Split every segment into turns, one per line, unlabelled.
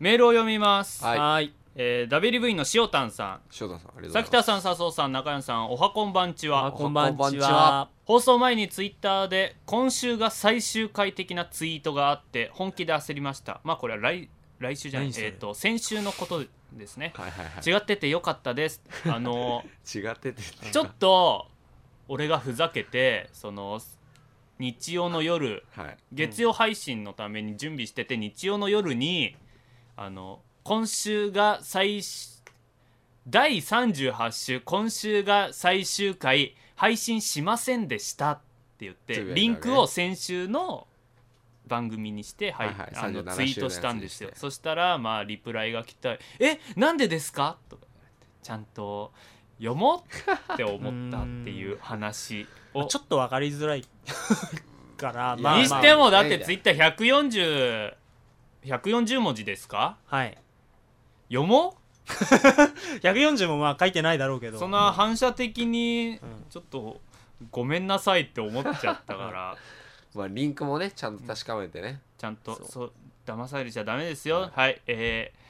メールを読みます、
はい
はい
えー、WV の塩炭さ
翔太さんあり
ん
がとう
崎
ござ
田
い
さん笹生さん中山さんおはこんばんち
あ
は
こんばん
こん
ち
ばんちは
は
放送前にツイッターで今週が最終回的なツイートがあって本気で焦りましたまあこれは来来週じゃない
何それ
えっ、と先週のことですね
ますはいはいはい
違っててよかったですあの
違ってて
ちょっと俺がふざけてその日曜の夜
はい
月曜配信のために準備してて日曜の夜にあの今週が最し第38週今週が最終回配信しませんでしたって言っ
つぶ
て
やいたね
リンクを先週の番組にして、はい
はいはい
あの
37
ツイートしたんですよ
週のやつにして
そしたらまあリプライが来た「えなんでですか?」とか言ってちゃんと読もうって思ったっていう話を
ちょっと分かりづらいから
いや
まあ
に
ま
し
あ
てもだっ
いや
て
いや
ツイッター140 140文字ですか
はい
読も
140もまあ書いてないだろうけ
う
ど
そんな反射的に
うん
ちょっとごめんなさいって思っちゃったから
まあリンクもねちゃんと確かめてね
ちゃんと
そう
そう騙されちゃダメですよはいえー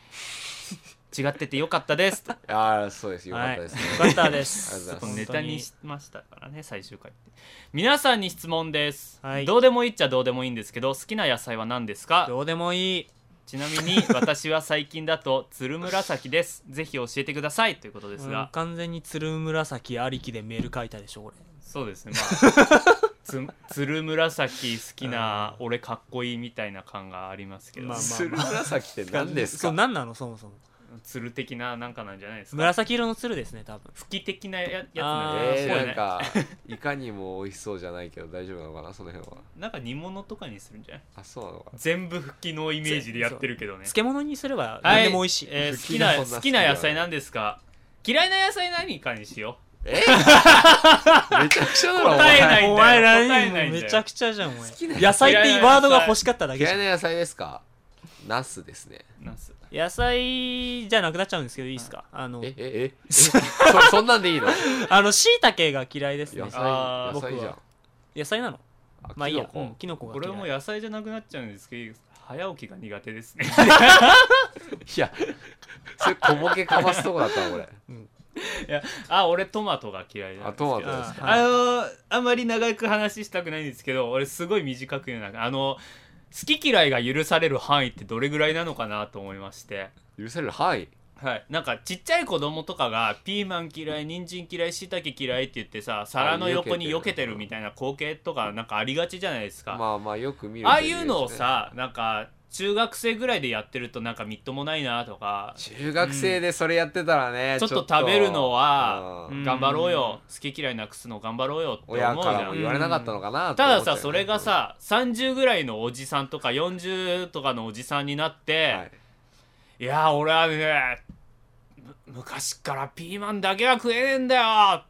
違っててよかった ですちょ
ああそうですよかったですね
はい、よかったです
ありが
っ
と
と
うござ
ネ
い
タにしましたからね最終回って皆さんに質問です、
はい
どうでもいいっちゃどうでもいいんですけど好きな野菜は何ですか
どうでもいい
ちなみに私は最近だとつるむらさきです。ぜひ教えてくださいということです
うん
が、
完全につるむらさきありきでメール書いたでしょこれ
そうですね。まあ つつるむらさき好きな俺かっこいいみたいな感がありますけど、
まあ
つる紫って何です
そう
か
何なのそもそも
つる的ななんかなんじゃないですか。
紫色のつるですね多分
吹き的なややつなん
あー
え
です
ー
か
なん
ね。
かいかにも美味しそうじゃないけど大丈夫なのかなその辺は
なんか煮物とかにするんじゃない？
あそうなのかな
全部吹きのイメージでやってるけどね。
漬物にすれば
は
何でも美味しい、
えー好き
吹きが
な
そんな好き
好きな野菜なんですか？嫌いな野菜何かにしよ
めちゃくちゃだ
う。
ろお
答え
前
ないん
お
だ
前
よ。答え
何
ないんだよ。
めちゃくちゃじゃんお前
好きな
野菜っていうワードが欲しかっただけじ
嫌
ゃ
い
ん
な野菜ですかナスですね
ナス
野菜じゃなくなっちゃうんですけどいいですかあの
ええええそ そんなんでいいの
あのしいたけが嫌いですね
野菜
あー
野菜じゃん
僕野菜なのまあいいや
キノコ
うんキノコが
これ
嫌
はもう
い
野菜じゃなくなっちゃうんですけど早起きが苦手ですね
いやそれ小ボケかますとこだったのこれ
いやあ俺トマトが嫌いなんですけど
あトマトです
か
あのあんまり長く話したくないんですけど俺すごい短く言うなあの好き嫌いが許される範囲ってどれぐらいなのかなと思いまして
許せる範囲
はい、なんかちっちゃい子供とかがピーマン嫌い人参嫌いしいたけ嫌いって言ってさ皿の横に避けてるみたいな光景とかなんかありがちじゃないですか、
まあまあよく見る
ああいうのを
と
さなんか中学生ぐらいでやってるとなんかみっともないなとか
いうやつね中学生でそれやってたらね、
ちょっと食べるのは
うん
ん
頑張ろうよ好き嫌いなくすの頑張ろうよって思うじゃ
親からも
ん
言われなかったのかなって
た
思
だ
っちゃう
さ
よね
それが、さ30ぐらいのおじさんとか40とかのおじさんになっ
は
て
い、
いや俺はねむ昔からピーマンだけは食えねえんだよっ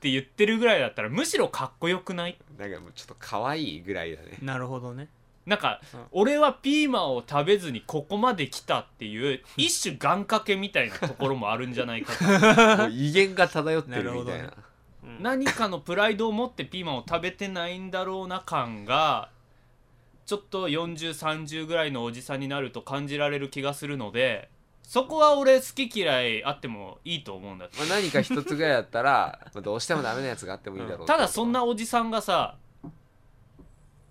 て言ってるぐらいだったらむしろかっこよくない
なんかもうちょっと可愛いぐらいだ ね
なるほどね
なんか、
うん
俺はピーマンを食べずにここまで来たって いう一種願掛けみたいなところもあるんじゃないかと
もう威厳が漂ってるみたい
な
な
るうん
何かのプライドを持ってピーマンを食べてないんだろうな感がちょっと4030ぐらいのおじさんになると感じられる気がするのでそこは俺好き嫌いあってもいいと思うんだって
まあ、何か一つぐらいだったらまあどうしてもダメなやつがあってもいいだろう
ただそんなおじさんがさ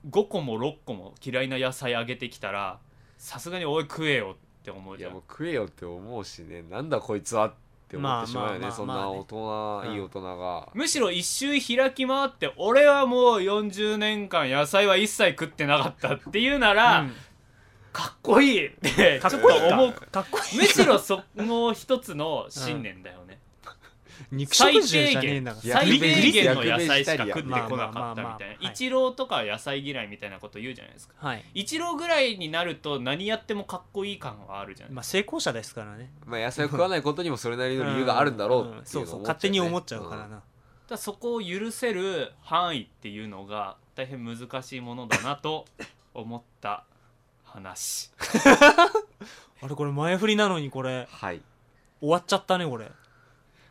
5個も6個も嫌いな野菜あげてきたらさすがにおい食えよって思う
い
じゃ
や
ん
もう食えよって思うしねなんだこいつはって思ってしまうよね、
まあまあまあ
そん
ま
な
あね
大人、
うん
いい大人が
むしろ一周開き回って俺はもう40年間野菜は一切食ってなかったっていうなら、
うん
かっこいいって
か
ちょ
っ
っ
こいい
と
か
思う
かっこいい
むしろその一つの信念だよね、
肉
最
食
低
獣じゃねえん
限
だから
や
最低限の野菜し
逆ベジ
か
逆ベジ
食ってこなかった
まあまあまあまあ
みたいな
はい
一郎とかは野菜嫌いみたいなこと言うじゃないですか
はい
一郎ぐらいになると何やってもかっこいい感はあるじゃない
まあ成功者ですからね
まあ野菜を食わないことにもそれなりの理由があるんだろうっていうのを
んそうそう勝手に思っちゃうから
ね
な
だからそこを許せる範囲っていうのが大変難しいものだなと思った話
あれこれ前振りなのにこれ
うんはい
終わっちゃったねこれ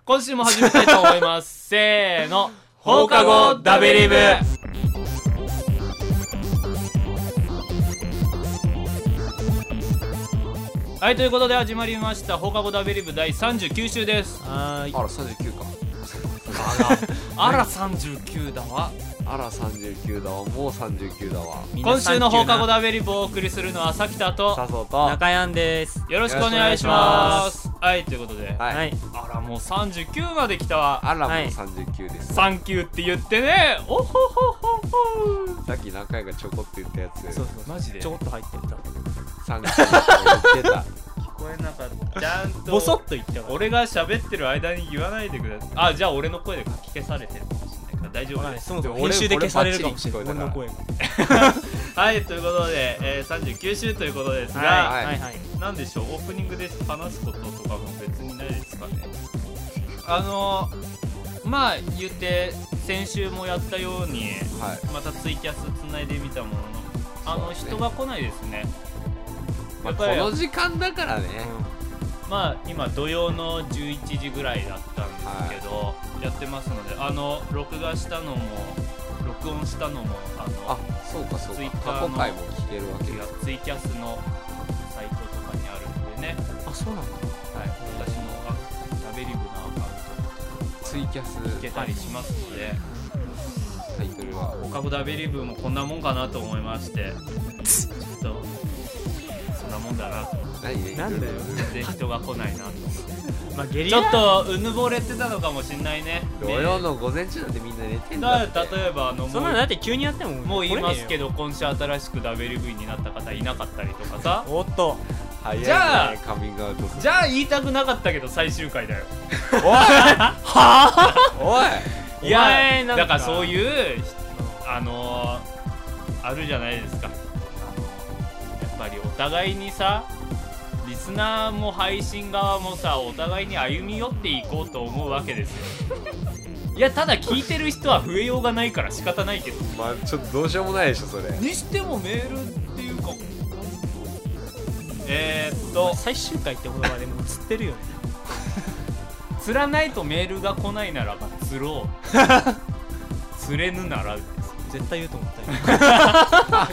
今週も始めたいと思います せーの放課後ダベリブはいということで始まりました放課後ダベリブ第39週です
はーい
あら39か
あら39だわ
あら39だわもう39だわ
みんな
今週の放課後
サン
ダベリブをお送りするのはさきたと
笹生
キュー
と
な中山です
よろしくお願いしますはいということで、
はい、
はい
あらもう39まで来たわ
あらもう
はい
39です、
サンキューって言ってねおほほほほ
さっき何回かちょこっと言ったやつ
そうそう
マジで
ちょこっと入ってた
39って言ってた
聞こえなかったちゃんと
ボソッと言ったから
俺が喋ってる間に言わないでくださいあじゃあ俺の声で書き消されてるかもしれないから大丈夫
は
で
い、
す
そもそも
でも
編集で消されるかもしれない
俺
俺
俺
の
バッチ
声が
はいということで、えー39週ということですが、
は
はいはい
なんでしょうオープニングで話すこととかも別にないですかねあのまあ言って先週もやったように
はい
またツイキャスつないでみたもののあの
そうですね
人が来ないですね
まあ、
やっ
こ
ぱり
の時間だからね、
まあ今土曜の11時ぐらいだったんですけど、やってますのであの録画したのも録音したのもあの
あそうかそうか
Twitter
過去
の
回も聞けるわけだ
ツイキャスのサイトとかにあるんでね、
あそうなんだ
はい、私のアカウント食べリブのアカウント
ツイキャス
聞けたりしますので
タイトルは
放課後ダベリブもこんなもんかなと思いましてちょっとそんなもんだなと
何ね
なんだよ
全然人が来ないなと
まあゲリ
ちょ
ラ
っとうぬぼれてたのかもしんないね
土曜の午前中なんてみんな寝てんだ
だ
って
例えばあの
そん
も
なのだ
う
って急にやっても
もう言いますけ
ど
ど今週新しく WV になった方いなかったりとかさ
おっと
早いね
じゃあ
カミングアウトする
じゃあ言いたくなかったけど最終回だよ
おいはあ
おい
いや
なん
だからそういうあのー、あるじゃないですかやっぱりお互いにさリスナーも配信側もさお互いに歩み寄っていこうと思うわけです よいやただ聞いてる人は増えようがないから仕方ないけど
まあちょっとどうしようもないでしょそれ
にしてもメールっていうかえー、っと
最終回って言葉でもう映ってるよね
釣らないとメールが来ないならば釣ろう 釣れぬならです
絶対言うと思ったよ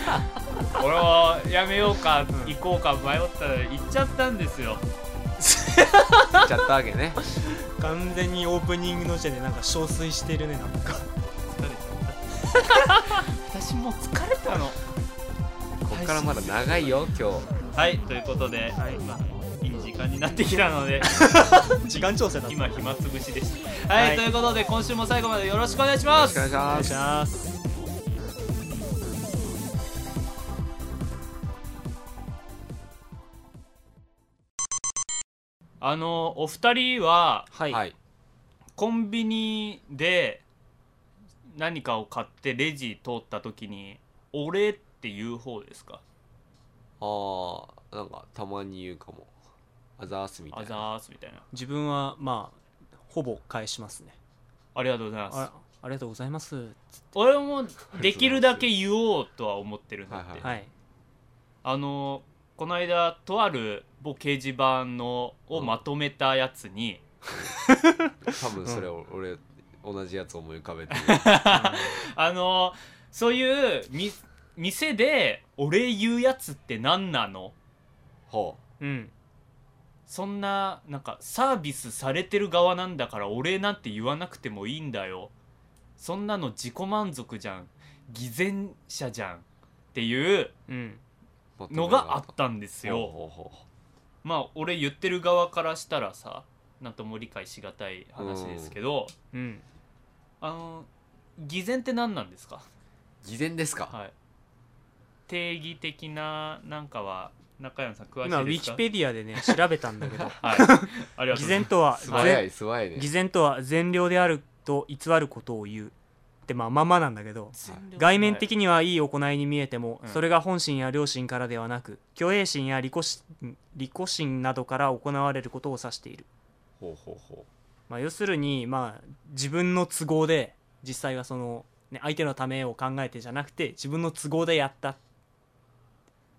俺はやめようか行こうか迷ったら行っちゃったんですよ
言っちゃったわけね
完全にオープニングの時点でなんか憔悴してるねなん か
疲れちゃった私もう疲れたの
こっからまだ長いよ今日
はいということで、
はい
まあいい時間になってきたので
時間調整だった
今暇つぶしでしたはい、
はい
ということで今週も最後までよろしくお願いし
よ
ま
ろし
す
くお願いし
お願
ま
いし
す
ます
あのお二人は
は
はい
コンビニで何かを買ってレジ通った時に「俺」って言う方ですか
あーなんかたまに言うかもあざーすみ
「
た
あ
い
ざ
な
ーす」みたいな
自分はまあほぼ返しますね
「ありがとうございます
あありがとうございます」
俺もできるだけ言おうとは思ってるんだって、
はい
はい
あのこの間とある某掲示板のをまとめたやつに、
多分それを俺同じやつ思い浮かべてる
あのそういうみ店で「俺言うやつって何なの?
ほ
うん」
そんななんかサービスされてる側なんだから「俺」なんて言わなくてもいいんだよそんなの自己満足じゃん偽善者じゃんっていう
うん
う
のがあったんですよ。
ほうほうほ
まあ俺言ってる側からしたらさなんとも理解しがたい話ですけど、
うん
あの偽善って何なんですか、
う偽善ですか
はい、定義的ななんかは中山さん詳しいですか
今ウィキペディアでね調べたんだ けど
はいありがとうございます
偽善とは
素早
善
い素早いね
偽善とは善良であると偽ることを言うってまあまあまあなんだけど外面的にはいい行いに見えても、
うん
それが本心や良心からではなく虚栄心や利己心利己心などから行われることを指している、
ほうほうほ
まあ、要するに、まあ、自分の都合で実際はその、ね、相手のためを考えてじゃなくて自分の都合でやった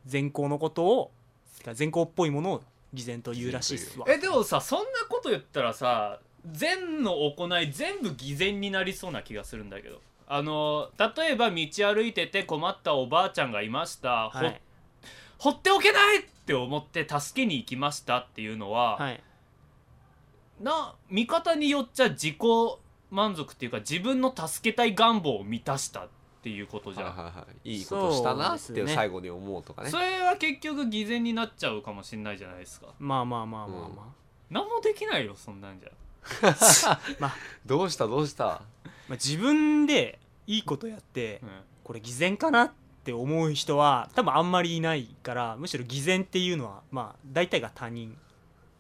善行のことをてか善行っぽいものを偽善というらしいっすわ
えでもさそんなこと言ったらさ善の行い全部偽善になりそうな気がするんだけどあの例えば道歩いてて困ったおばあちゃんがいました、
はい
ほ放っておけないっって思って助けに行きましたっていうのは、
はい
な見方によっちゃ自己満足っていうか自分の助けたい願望を満たしたっていうことじ
はい
ゃん、
はいはいいいことしたなっ
そう
て
ですね
最後に思うとかね
それは結局偽善になっちゃうかもしれないじゃないですか
まあまあまあまあま
何もできないよそんなんじゃ
どうしたどうした
あ、まあ、自分でいいことやって
うん
これ偽善かなって思う人は多分あんまりいないからむしろ偽善っていうのはまあ大体が他人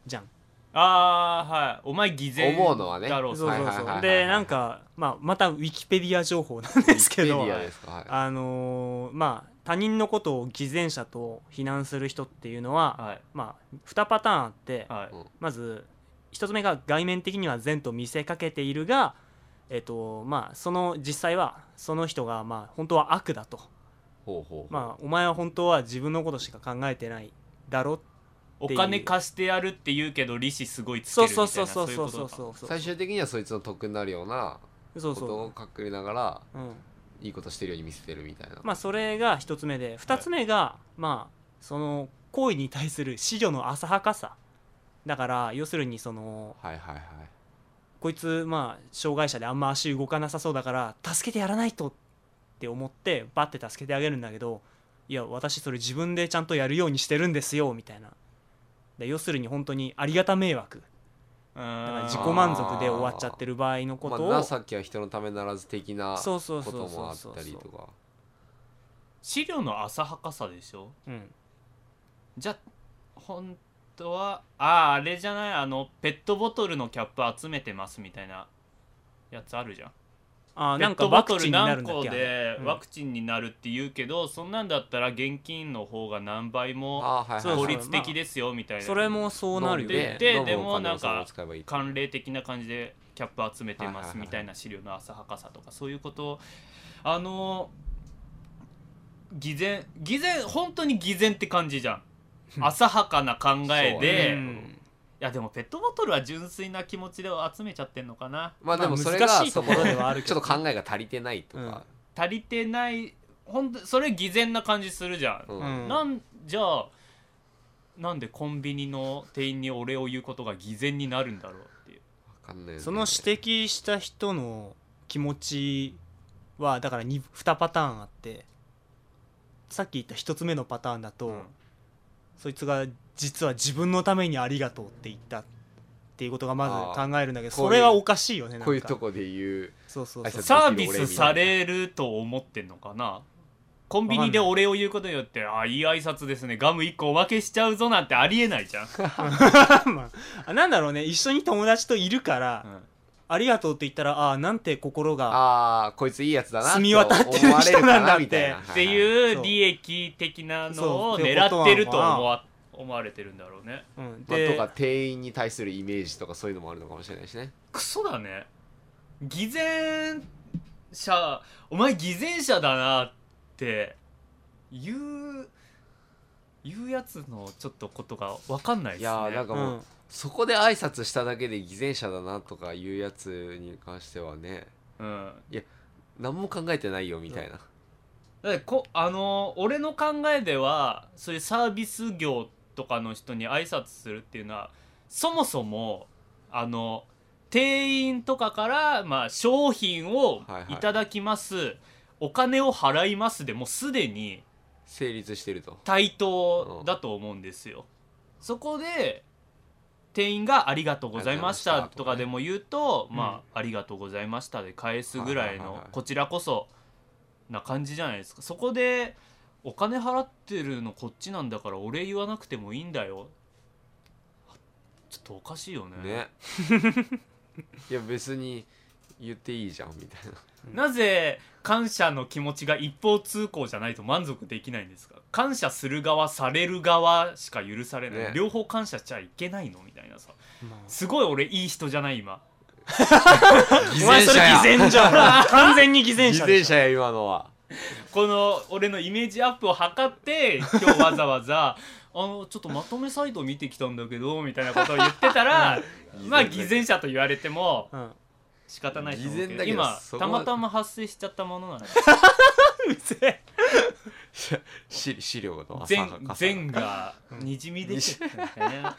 じゃん
ああはいお前偽善
思うのはね
だろ
そうう
と
そう
はいはいはい
そ
は
う
い
でなんか、まあ、またウィキペディア情報なん
で
ですけど
ペディアですかはい
あのーまあ他人のことを偽善者と非難する人っていうのは、
はい
まあ2パターンあって
はい
まず1つ目が外面的には善と見せかけているがえっとまあその実際はその人がまあ本当は悪だと
ほうほうほう
まあお前は本当は自分のことしか考えてないだろ
お金貸してやるって言うけど利子すごいつける
そう
みたい
そ
な
うそうそうそう
い
そう
ことか
そうそう
最終的にはそいつの得になるような
そ
こ
う
とを
そ
隠れながら
う、うん、
いいことしてるように見せてるみたいな
まあそれが一つ目で二つ目が、まあその行為に対する思慮の浅はかさだから要するにその
はいはいはい
こいつまあ障害者であんま足動かなさそうだから助けてやらないとって思ってバッて助けてあげるんだけどいや私それ自分でちゃんとやるようにしてるんですよみたいなで要するに本当にありがた迷惑
う
だから
ーん
自己満足で終わっちゃってる場合のことを、
まあ、情けは人のためならず的な
そうそう
こ
そ
と
う
も
そ
あ
う
っ
そう
たりとか
資料の浅はかさでしょ
うん
じゃあ本当はあああれじゃないあのペットボトルのキャップ集めてますみたいなやつあるじゃん
あー
ペ
な
ッ
んか
ト
ワ
ボ
ク
ト
チン
ル
にな
何
るんだっ
個
け
で
あれ
ワクチンになるって言うけど、そんなんだったら現金の方が何倍も
あーはいはい
そう
効
はい
率的ですよみたい
うん
な
それもそうなるよ
で
ね
で
飲む
でも
お金
な
を
ん
そのまま
か
使えばいい
慣例的な感じでキャップ集めてま
はいはいはい
す
はい
みたいな資料の浅はかさとかそういうことあの偽善偽善本当に偽善って感じじゃん浅はかな考えで、
そうね
いやでもペットボトルは純粋な気持ちで集めちゃってんのかな
まあでもそれ
まあ
が
難しい
そ
と
の
ころではあるけ
ちょ
ど
っと考えが足りてないとか、
足りてない本当それ偽善な感じするじゃん
うん
うん
なんじゃあなんでコンビニの店員にお礼を言うことが偽善になるんだろうっていう
わかんないよね
その指摘した人の気持ちはだから 2, 2パターンあってさっき言った1つ目のパターンだと、
うん
そいつが実は自分のためにありがとうって言ったっていうことがまず考えるんだけど
あーこういう
それはおかしいよねなんか
こういうとこで言う
そうそうそう
挨拶
サービスされると思ってんのかなコンビニでお礼を言うことによって「あいい挨拶ですねガム1個おまけしちゃうぞ」なんてありえない じゃん、
まああなんだろうね一緒に友達といるから、ありがとうって言ったらああーなんて心が
ああこいついいやつだな
澄み渡ってる人なんだっ
思
て
われるかみたいな
って
う
い
そうう
利益的なのを
そうってこ
狙っ
となのかな
てると思わ思われてるんだろうね
うん
まあ、
で、
とか店員に対するイメージとかそういうのもあるのかもしれないしね
クソだね偽善者お前偽善者だなって言う言うやつのちょっとことが分かんないです
い
ね
やーなんかもう、
うん
そこで挨拶しただけで偽善者だなとかいうやつに関してはね
うん、
何も考えてないよみたいな、
だってこあのー俺の考えではそういうサービス業とかの人に挨拶するっていうのはそもそもあの店員とかから、まあ、商品を
はいはい
いただきます、お金を払いますでもうすでに
成立してると
対等だと思うんですよ。そこで店員が「ありがとうございまし
あり
た
が」と
と
うございましたとか
か
ね
でも言うと「まあ、ありがとうございました」で返すぐらい
はいはいはい
の
はい
こちらこそな感じじゃないですかそこでお金払ってるのこっちなんだからお礼言わなくてもいいんだよちょっとおかしいよね
ね いや別に言っていいじゃんみた いな
なぜ感謝の気持ちが一方通行じゃないと満足できないんですか感謝する側される側しか許されない、
ね
両方感謝しちゃいけないのみたいなさ
まあ
すごい俺いい人じゃない今
お前それ偽善じゃ ん完全に偽善
偽
者で
善
しょ
者や今のは
この俺のイメージアップを図って今日わざわざあのちょっとまとめサイト見てきたんだけどみたいなことを言ってた らまあ偽善者と言われても
うん
仕方ないと思うけど
偽善だけど
今
そこ
た
は
またま発生しちゃったものなんで
うぜえ
資資料の
全
朝
全がにじみ出ちゃったんだな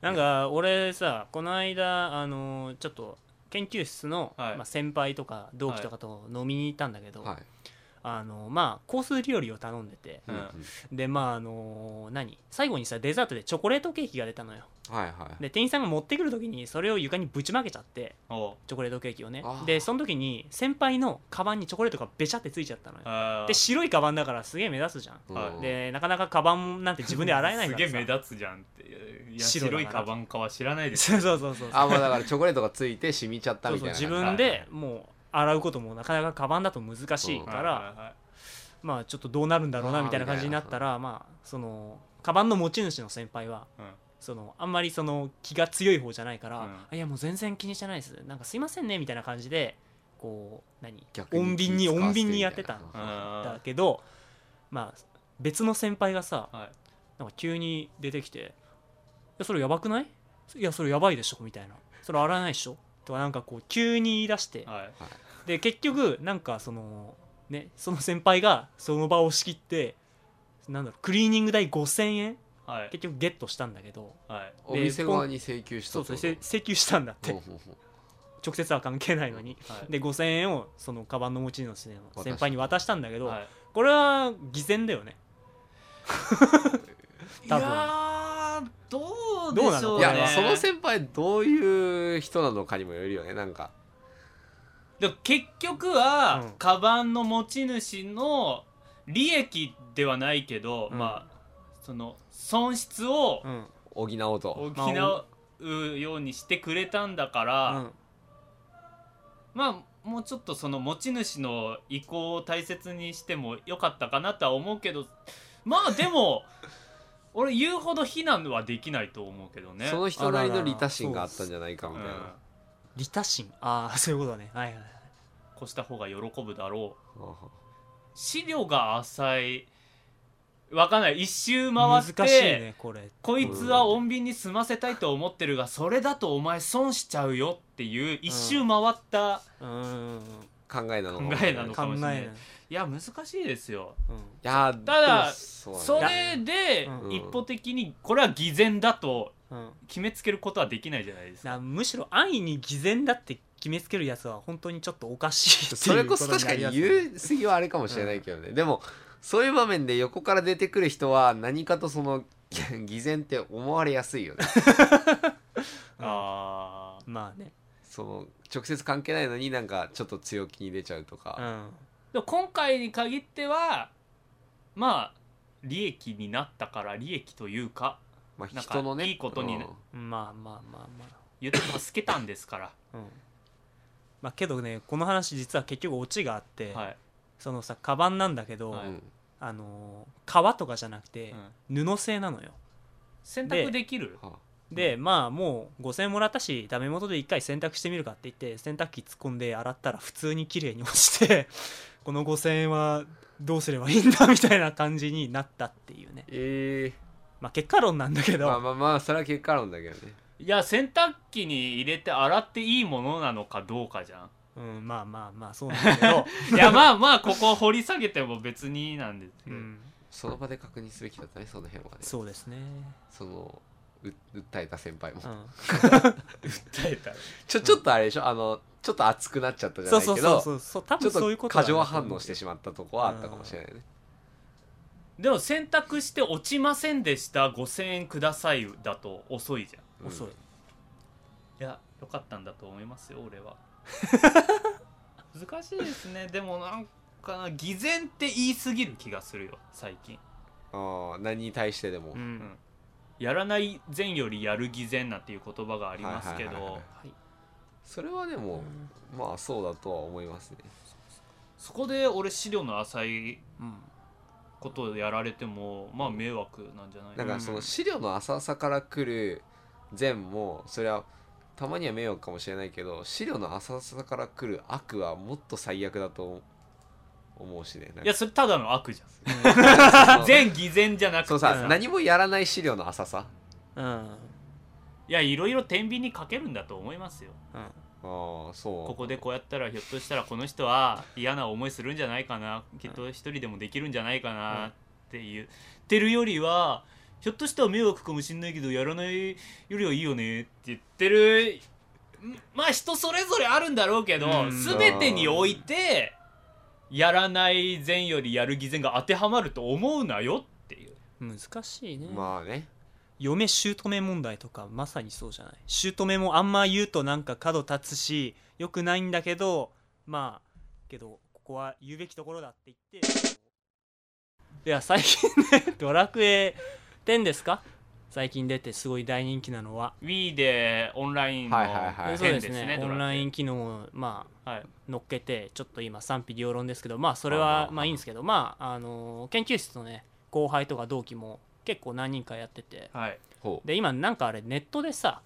なんか俺さこの間あのちょっと研究室の、
はい
まあ、先輩とか同期とかと飲みに行ったんだけど、
はい
あのまあコース料理を頼んでて
うん
でまああの何最後にさデザートでチョコレートケーキが出たのよ
はいはい
で店員さんが持ってくる時にそれを床にぶちまけちゃって
おう
チョコレートケーキをね
あー
でその時に先輩のカバンにチョコレートがべちゃってついちゃったのよ
あー
で白いカバンだからすげえ目立つじゃん
はい
でなかなかカバンなんて自分で洗えないからさ
すげえ目立つじゃんっていや
白だか
白
ら
いカバンかは知らないです
そうそうそうそう
あまあだからチョコレートがついて染みちゃった
そう
み
そ
た
う
いな
自
感
分でもう洗うこともなかなかカバンだと難しい
だ
から、
はいはいはい
まあちょっとどうなるんだろうな
あー
みたいな感じになったらまあそのカバンの持ち主の先輩は
うん
そのあんまりその気が強い方じゃないから
うん
「あいやもう全然気にしてないですなんかすいませんね」みたいな感じでこう何
逆
穏便に
気使わ
穏
せて
便
み
にや
な
ってたんだ
あ
けどまあ別の先輩がさ
ーはい
なんか急に出てきて「いやそれやばくないいやそれやばいでしょ」みたいな「それ洗えないでしょ」とかなんかこう急に言い出して
はい
で結局なんかそのねその先輩がその場を仕切ってなんだろうクリーニング代5000円
はい
結局ゲットしたんだけど
はい
お店側に請求した
そう
って
そう
こと
せ請求したんだって
ほうほうほう
直接は関係ないのに
はい
で5000円をそのカバンの持ち主の先輩に渡したんだけど
はい
これは偽善だよね
い
多
や
分
ーどうで
どうな
しょ
の
う
い
ね
やその先輩どういう人なのかにもよるよねなんか
でも結局
うん
は、カバンの持ち主の利益ではないけど、
うん
まあその損失を
うん
補おうと
補うようにしてくれたんだから、
うん
まあもうちょっとその持ち主の意向を大切にしてもよかったかなとは思うけどまあでも 俺言うほど非難はできないと思うけどね。
その人なりの利他心があったんじゃないか
う
みたい
ん
な、
利他心ああそういうことねはいはいはい
こうした方が喜ぶだろう
は
資料が浅いわかんない一周回
難
って
しいねこれ
こいつは穏便に済ませたいと思ってるがそれだとお前損しちゃうよっていう一周回った、
うんうんうん
あ考えなのかも
考えなの
考
かも
え
しれ
な
ない
い
いや難しいですよ
うん
いやー
ただ
でもそうだね
それで
うん
一方的にこれは偽善だと
うん
決めつけることはできないじゃないですか
なむしろ安易に偽善だって決めつけるやつは本当にちょっとおかしいって
そ
い
れ
う
こ
こ
そ
と
確かに言う過ぎはあれかもしれないけどね、でもそういう場面で横から出てくる人は何かとその 偽善って思われやすいよね
あー
まあね
その直接関係ないのになんかちょっと強気に出ちゃうと
う
か、
ん
でも今回に限ってはまあ利益になったから利益というか
まあ、
なんか
人のね
いいことにね
まあまあまあま
言って助けたんですから、
あうんまあけどねこの話実は結局オチがあって、
はい
そのさカバンなんだけど、
は
う
い
ん
あのー革とかじゃなくて
うん
布製なのよ、
選択できる
はあ
でまあもう5000円もらったしダメ元で一回洗濯してみるかって言って洗濯機突っ込んで洗ったら普通に綺麗に落ちて この5000円はどうすればいいんだみたいな感じになったっていうね
え
まあ結果論なんだけ
え
ど、
まあまあまあそれは結果論だけどね
いや洗濯機に入れて洗っていいものなのかどうかじゃ ん
うん、まあまあまあそうなんだけ ど、
いやまあまあここ掘り下げても別になんですけ
う
ど、
ん、
その場で確認すべきだったねその辺はねそ
そうですね、
のう訴えた先輩も
うん、
訴えたら
ちょちょっとあれでしょあのちょっと熱くなっちゃったじゃ
そ
ない
う
け
そ
ど
うそうそうそう多
ちょ
分
っ
そういう
と
ことだ
過
なと思
剰
う
反応してしまったとこはあったかもしれないね
でも選択して落ちませんでした5000円くださいだと遅いじゃん
うん
遅い、
いや良かったんだと思いますよ俺は難しいですねでもなんかな偽善って言い過ぎる気がするよ最近、
ああ何に対してでも、
うん
うんやらない善よりやる偽善なんていう言葉がありますけ
はいはいは
ど
いはい
はい
それはでも、まあそうだとは思いますね
そこで俺資料の浅い
うん
ことをやられてもまあ迷惑なんじゃない
なん
か
かその資料の浅さから来る善もそれはたまには迷惑かもしれないけど資料の浅さから来る悪はもっと最悪だと思うしねなんか
いやそれただの悪じ
そ
ゃん
の
善偽善じゃなくて
そう
さ
さ何もやらない資料の浅さ
うん
いやいろいろ天秤にかけるんだと思いますよ
うん
あああそう
ここでこうやったらひょっとしたらこの人は嫌な思いするんじゃないかなきっと一人でもできるんじゃないかなって言ってるよりはひょっとしたら迷惑かもしんないけどやらないよりはいいよねって言ってるんまあ人それぞれあるんだろうけど
うん
全てにおいてやらない善よりやる偽善が当てはまると思うなよっていう。
難しいね、
まあね
嫁姑問題とかまさにそうじゃない姑もあんま言うとなんか角立つしよくないんだけどまあけどここは言うべきところだって言っていや最近ね「ドラクエ10」ですか最近出てすごい大人気なのは
Wii でオンラインの
はいはいはい
そう
件で
で
すす
ね
ね、
オ
ド
ン
ラ
ラ
クエ
イン機能をま
はい、
あ乗っけてちょっと今賛否両論ですけどまあそれ
まあまあ
は
まあ
まあいいんですけどまああの研究室のね後輩とか同期も結構何人かやってて
はい、
ほう
で今なんかあれネットでさ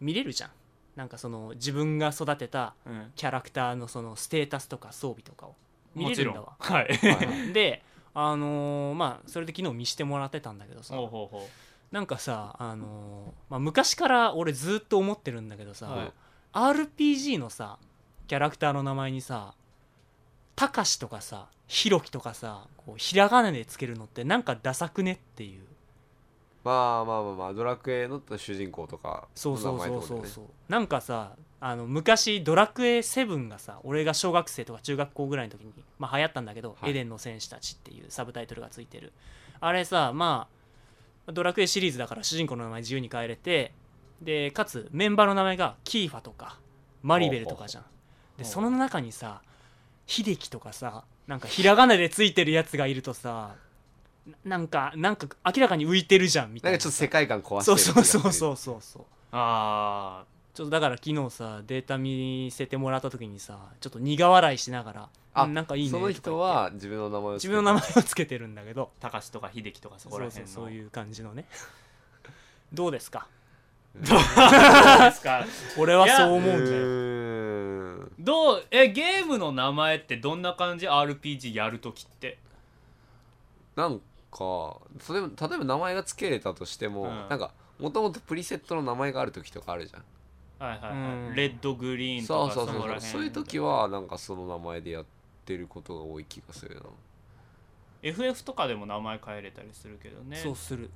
見れるじゃんなんかその自分が育てた
うん、
キャラクターのそのステータスとか装備とかを見れるんだわ
もちろんはい
はいはい
であのーまあそれで昨日見してもらってたんだけどさ
ほうほうほ
なんかさ、あのーまあ、昔から俺ずっと思ってるんだけどさ、
はい
RPG のさキャラクターの名前にさ「たかし」とかさ「ひろき」とかさこうひらがなでつけるのってなんかダサくねっていう
まあまあまあまあドラクエの主人公とか
そうそう
の名
そ
前
う
ってこ
そ
と
う
ね
そうなんかさあの昔「ドラクエ7」がさ俺が小学生とか中学校ぐらいの時に、まあ、流行ったんだけど「
はい
エデンの戦士たち」っていうサブタイトルがついてるあれさまあドラクエシリーズだから主人公の名前自由に変えれてでかつメンバーの名前がキーファとかマリベルとかじゃんで
ほう
その中にさ秀樹とかさなんかひらがなでついてるやつがいるとさななんかなんか明らかに浮いてるじゃんみた
ないん
な
かちょっと世界観壊して
そう
る
そうそうそううそうそう
うあ
ちょっとだから昨日さデータ見せてもらった時にさちょっと苦笑いしながら
あ
うんなんかいいね
その人は自分の名前を
自分の名前をつけてるんだけど
ーたかしとか秀樹とかそこ
そ
ら
うそ
辺
う
の
そういう感じのね どうですか
どうですか
俺はそう思うん
前
だよ
どうえゲームの名前ってどんな感じ RPG やるときって
なんかそれも例えば名前が付けれたとしても、
うん
なんかもともとプリセットの名前がある時とかあるじゃん
はいはいはい、
うん
レッドグリーンと
そう
か
そ
そう
そう
こ
そ
ら辺
うそういう時はなんかその名前でやってることが多い気がするな
FF とかでも名前変えれたりするけどね
そうする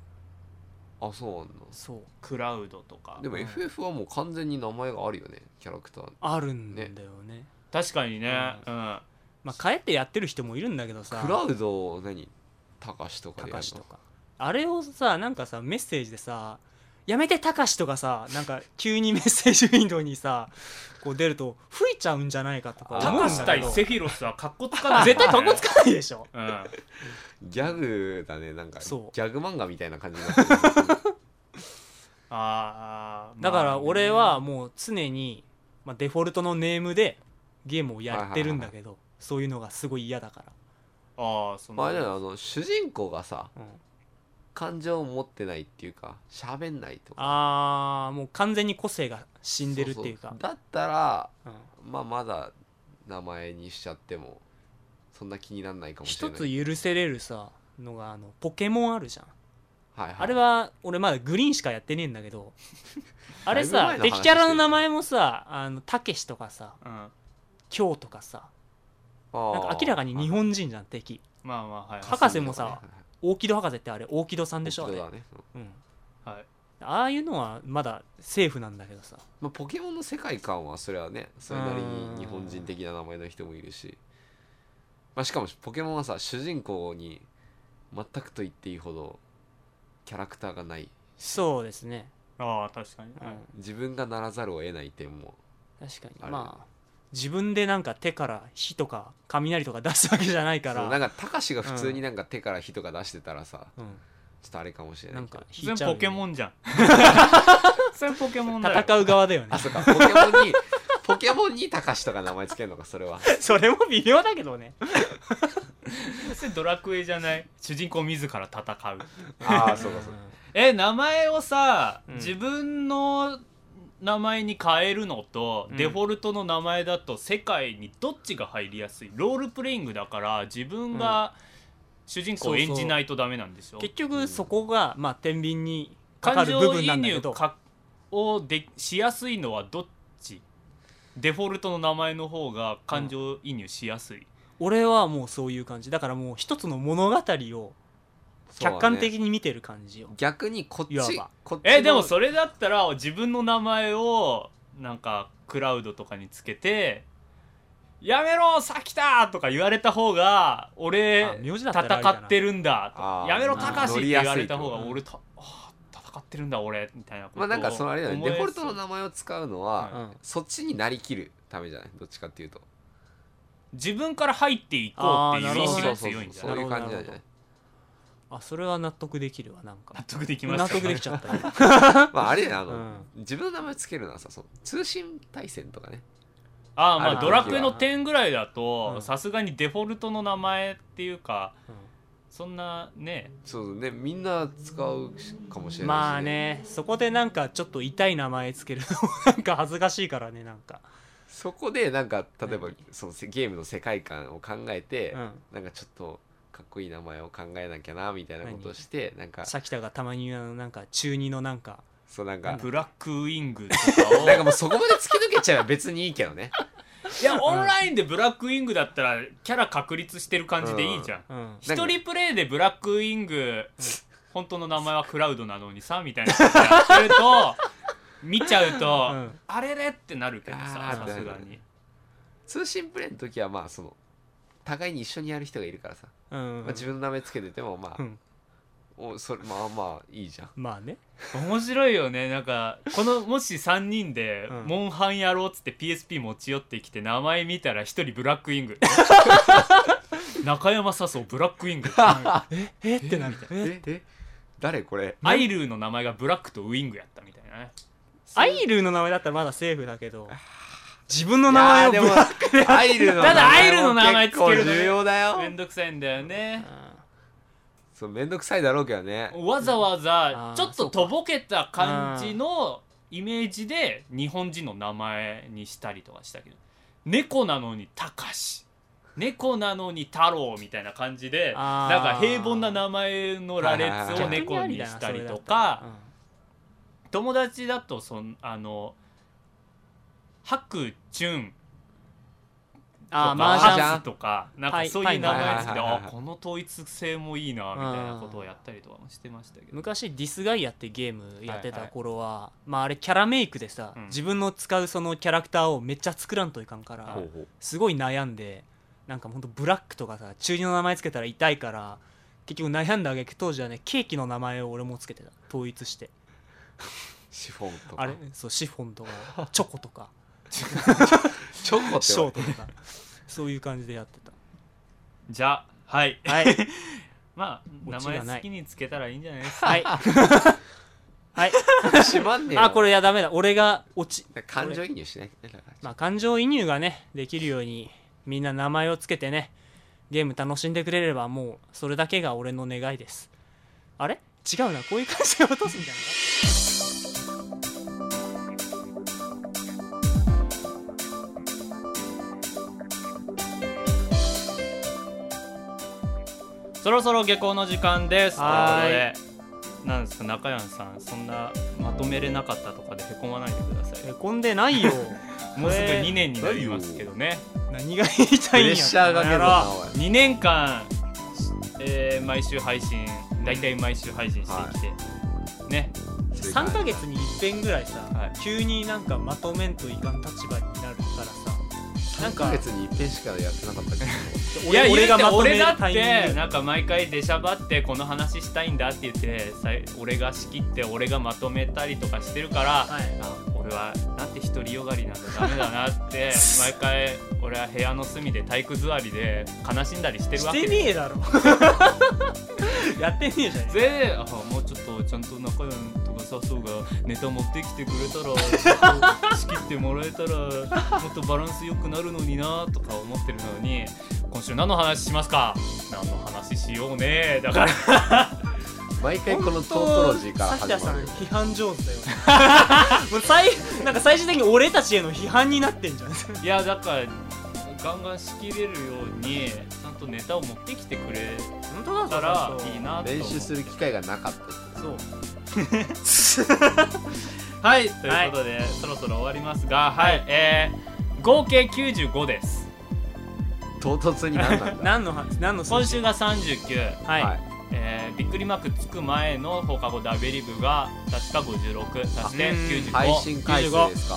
あそうなんだ
そう
クラウドとか
でも
うん
FF はもう完全に名前があるよねキャラクター
あるんだよね
確かにねうん、
まあ帰ってやってる人もいるんだけどさ
クラウドを何たかしとか
た
でや
か
る
しと
の
かあれをさなんかさメッセージでさ「やめてたかし」とかさなんか急にメッセージウィンドウにさこう出ると吹いちゃうんじゃないかとか
あ
た
思う
か
ん
し
だ
対
けど
セフィロスはかっこつかない、
絶対かっこつ
か
かないでしょ
うん
ギャグだねなんかギ
そう
ャグ漫画みたいな感じにな ってる
あー
だから俺は
ま
もう常に、まあ、デフォルトのネームでゲームをやってるんだけどそういうのがすごい嫌だか
あね、あーそ
ま
の
ああれだよねあの主人公がさ
ら、
感情を持ってないっていうか喋んないとか
ああもう完全に個性が死んでるっていうか
そそだったら
うん
まあまだ名前にしちゃってもそんな気にならないかもしれ
一
ない
つ許せれるさのがあのポケモンあるじゃん
はいはい、
あれは俺まだグリーンしかやってねえんだけどあれ
だ
さ
いぶ前の話
敵キャラの名前もさあのたけしとかさ
うんま
京とかさなんか明らかに日
の
本人じゃん敵
あまあはい
博士もさ大木戸博士ってあれ大木戸さんでしょあれ、
だね、うん
うん、
はい
ああいうのはまだセーフなんだけどさ
まあ、ポケモンの世界観はそれはねそれなりに日本人的な名前の人もいるし、まあ、しかもポケモンはさ主人公に全くと言っていいほどキャラクターがない
そうですね、
ああ確かに、
うん
はい
自分がならざるを得ない点も
確かに
あれ
まあ自分でなんか手から火とか雷とか出すわけじゃないか
そうな
ら
んかたかしが普通になんか手から火とか出してたらさ、
うん
ちょっとあれかもしれな
ないん
けど
か引
全
い
部
ちゃうよ
ポ
ね
ケモン じゃん全部ポケモンだよ
戦う側だよね
あそうかポケモンにポケモンにたかしとか名前つけるのか それは
それも微妙だけどね
それドラクエじゃない主人公自ら戦う
ああそうかそうか
え名前をさ、
うん
自分の名前に変えるのと、
うん
デフォルトの名前だと世界にどっちが入りやすいロールプレイングだから自分が主人公を演じないとダメなんでしょ、
結局そこがまあ天秤にかか
感
る
情
部分な
移
んだけ
入
ど
かをでしやすいのはどっちデフォルトの名前の方が感情移入しやすい、
俺はもうそういう感じだからもう一つの物語を客観的に見てる感じよ、
逆にこっ
いわ
ち
ば
こっち
えでも
れ
それだったら自分の名前をなんかクラウドとかにつけて「やめろさきた!」とか言われた方が
あ
俺
名字だったら
戦
ありかな
ってるんだと
あー
やめろ
まあ
たかしって言われた方が
乗り
俺たあー戦ってるんだ俺みたいなこと
まあなんかそのあれだよね
思え
デフォル
そ
ト
う
の名前を使うのは、
うん
そっちになりきるためじゃないどっちかっていうと
自分から入っていこうっていう意
そ
志が
なるほ
そ
強
うそう
いんじゃ
そ
な
う
い
いう感じ
な
な
るほど
んじゃない
あそれは納得できるわなんか
納得できま
納
した
得できちゃったね
まああれねあの、
うん
自分の名前つけるのはさその通信対戦とかね
ああ
ある
まあド
時は
ラクエの点ぐらいだ
う
と
ん
さすがにデフォルトの名前っていうか
うん
そんなね
そうねみんな使うかもしれないし、
まあねそこでなんかちょっと痛い名前つけるのもなんか恥ずかしいからねなんか、
そこでなんか例えば、
うん
そのせゲームの世界観を考えて、
うん、
なんかちょっとかっこいい名前を考えなきゃなみたいなことをしてなんか
さきたがたまに言うあのなんか中二のなんか
そうなんか
ブラックウィングとか を
なんかもうそこまで突き抜けちゃえば別にいいけどね
いやオンラインでブラックウィングだったらキャラ確立してる感じでいいじゃん
うん
一、人プレイでブラックウィング本当の名前はクラウドなのにさみたいなことやってると見ちゃうと、
うん
あれれってなるけど
あ
さ
ー
さすが
な
に
通信プレイの時はまあその互いに一緒にやる人がいるからさ、
うん
まあ、自分の名前つけててもまあ、
うん
おそれまあまあいいじゃん
ま あね
面白いよねなんかこのもし3人で
うん
モンハンやろうっつって PSP 持ち寄ってきて名前見たら一人ブラックウィング中山笹生ブラックウィング
えってなる
ええ誰これ
アイルーの名前がブラックとウィングやったみたいなね
アイルの名前だったらまだセーフだけど自分の
い
名前
や
を
ーでもアイルの
ただアイルの名前つけるのね
結構重要だよ
めんどくさいんだよね
そうめんどくさいだろうけどね
わざわざ
あー
ちょっととぼけた感じのイメージで日本人の名前にしたりとかしたけど猫なのにたかし猫なのに太郎みたいな感じで
あー
なんか平凡な名前の羅列を猫にしたりとか友達だとそんあの白チュン
あ
とか
ーマ
麻
ー
雀
ジャン
ハスとかなん
パ
か
イ
そういう名前つけ
パイ
て
はいはいはいはい
あこの統一性もいいなみたいなことをやったりとかもしてましたけど
昔ディスガイアってゲームやってた頃は、まああれキャラメイクでさ、
うん
自分の使うそのキャラクターをめっちゃ作らんといかんから
ほうほう
すごい悩んでなんかほんとブラックとかさ中二の名前つけたら痛いから結局悩んだあげく当時はねケーキの名前を俺もつけてた統一して
シフォンとか
あれそうシフォンとかチョコとか
チョコって
ショートとかそういう感じでやって
じゃあはい
たはい
まあ名
オチがない
前好きにつけたらいいんじゃないですか
はいはい
閉まんねえよ
あこれやダメだ俺が落ち
感情移入しないだから
まあ感情移入がねできるようにみんな名前をつけてねゲーム楽しんでくれればもうそれだけが俺の願いですあれ違うなこういう感じで落とすんじゃないか
そろそろ下校の時間です
はー
ということでなんですか中山さんそんなまとめれなかったとかでへこまないでくださ
へこんでな いよ
いもうすぐ2年になりますけどね
何が言いた
プ
いん
レ
や
ッシャーがねえ
や
ぞな
ろ
おい
2年間、えー毎週配信大体毎週配信してきて、ね
3ヶ月に一遍ぐらいさ、
はい
急になんかまとめんといかん立場になるからさなん
3ヶ
か
月に一遍しかやってなかったけど
いや俺
がまとめ
俺
る
だっ
タイミング
てなんか毎回出しゃばってこの話したいんだって言ってさい俺が仕切って俺がまとめたりとかしてるから、
はい
あ俺はなんて独りよがりなんだダメだなって毎回俺は部屋の隅で体育座りで悲しんだりしてる
し
わけ
て
で
ね えだろやってねえじゃねえ
であもうちょっとちゃんと中山とか笹生がネタ持ってきてくれたらちょっと仕切ってもらえたらもっとバランス良くなるのになとか思ってるのに今週何の話しますか何の話しようねだから
毎回このトートロジーから
本当
始ま
さ
る
ん
よ
批判上手だよね もう最なんか最終的に俺たちへの批判になってんじゃん
いやだからガンガン仕切れるようにちゃんとネタを持ってきてくれ
本当
たらいいなと思う
練習する機会がなかった
そう
はいということで、そろそろ終わりますがはい、えー合計95です
唐突に何なんだ
何の話何の数
今
字
週が39、
はい、
はい
えーびっくりマークつく前の放課後ダベリブが確か56足して95
配信回数
95
ですか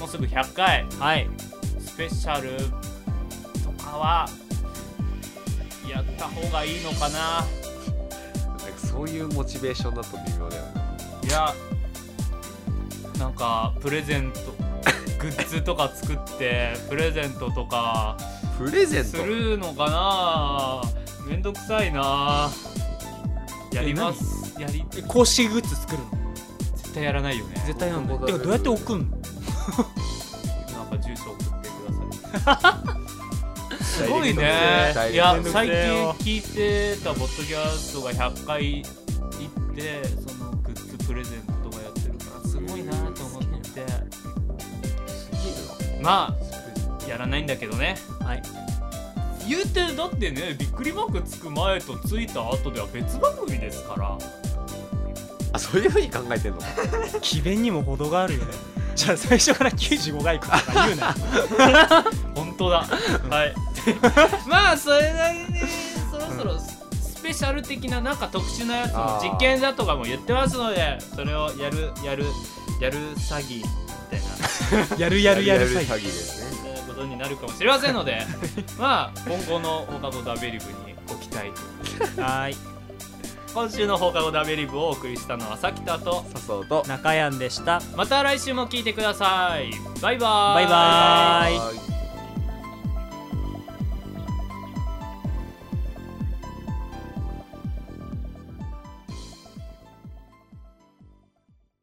もうすぐ100回
はい、
スペシャルとかはやった方がいいのかな
なんかそういうモチベーションだと微妙だよね
いやなんかプレゼントグッズとか作ってプレゼントとか
プレゼン
す
ト
るのかなめんどくさいなやりますやり
え公式グッズ作るの
絶対やらないよね
絶対なんだよ
ここ
て
だ
か
ね
どうやって送ん
なん
の
か住所送ってください
す
すごいね
ダイ
い
レクト
や
で
最近聞いてたポッドキャストが100回行ってそのグッズプレゼントとかやってるからすごいなと思ってまあやらないんだけどね
はい
言うてだってねびっくりマークつく前とついた後では別番組ですから
あそういうふうに考えてんのか
詭弁にも程があるよね じゃあ最初から95回行くとか言うなよ
本当だ はいまあそれなりにそろそろスペシャル的ななんか特殊なやつ
あー
も実験だとかも言ってますのでそれをやるやるやる詐欺みたいな
やるやるやる詐
詐
欺
欺ですね
えーことになるかもしれませんの でまあ今後の放課後ダベリブにご期待
はーい
今週の放課後ダベリブをお送りしたのはさきたと
さそうと
中山でした
また来週も聞いてくださいバイバー
バイバーイ
ーイ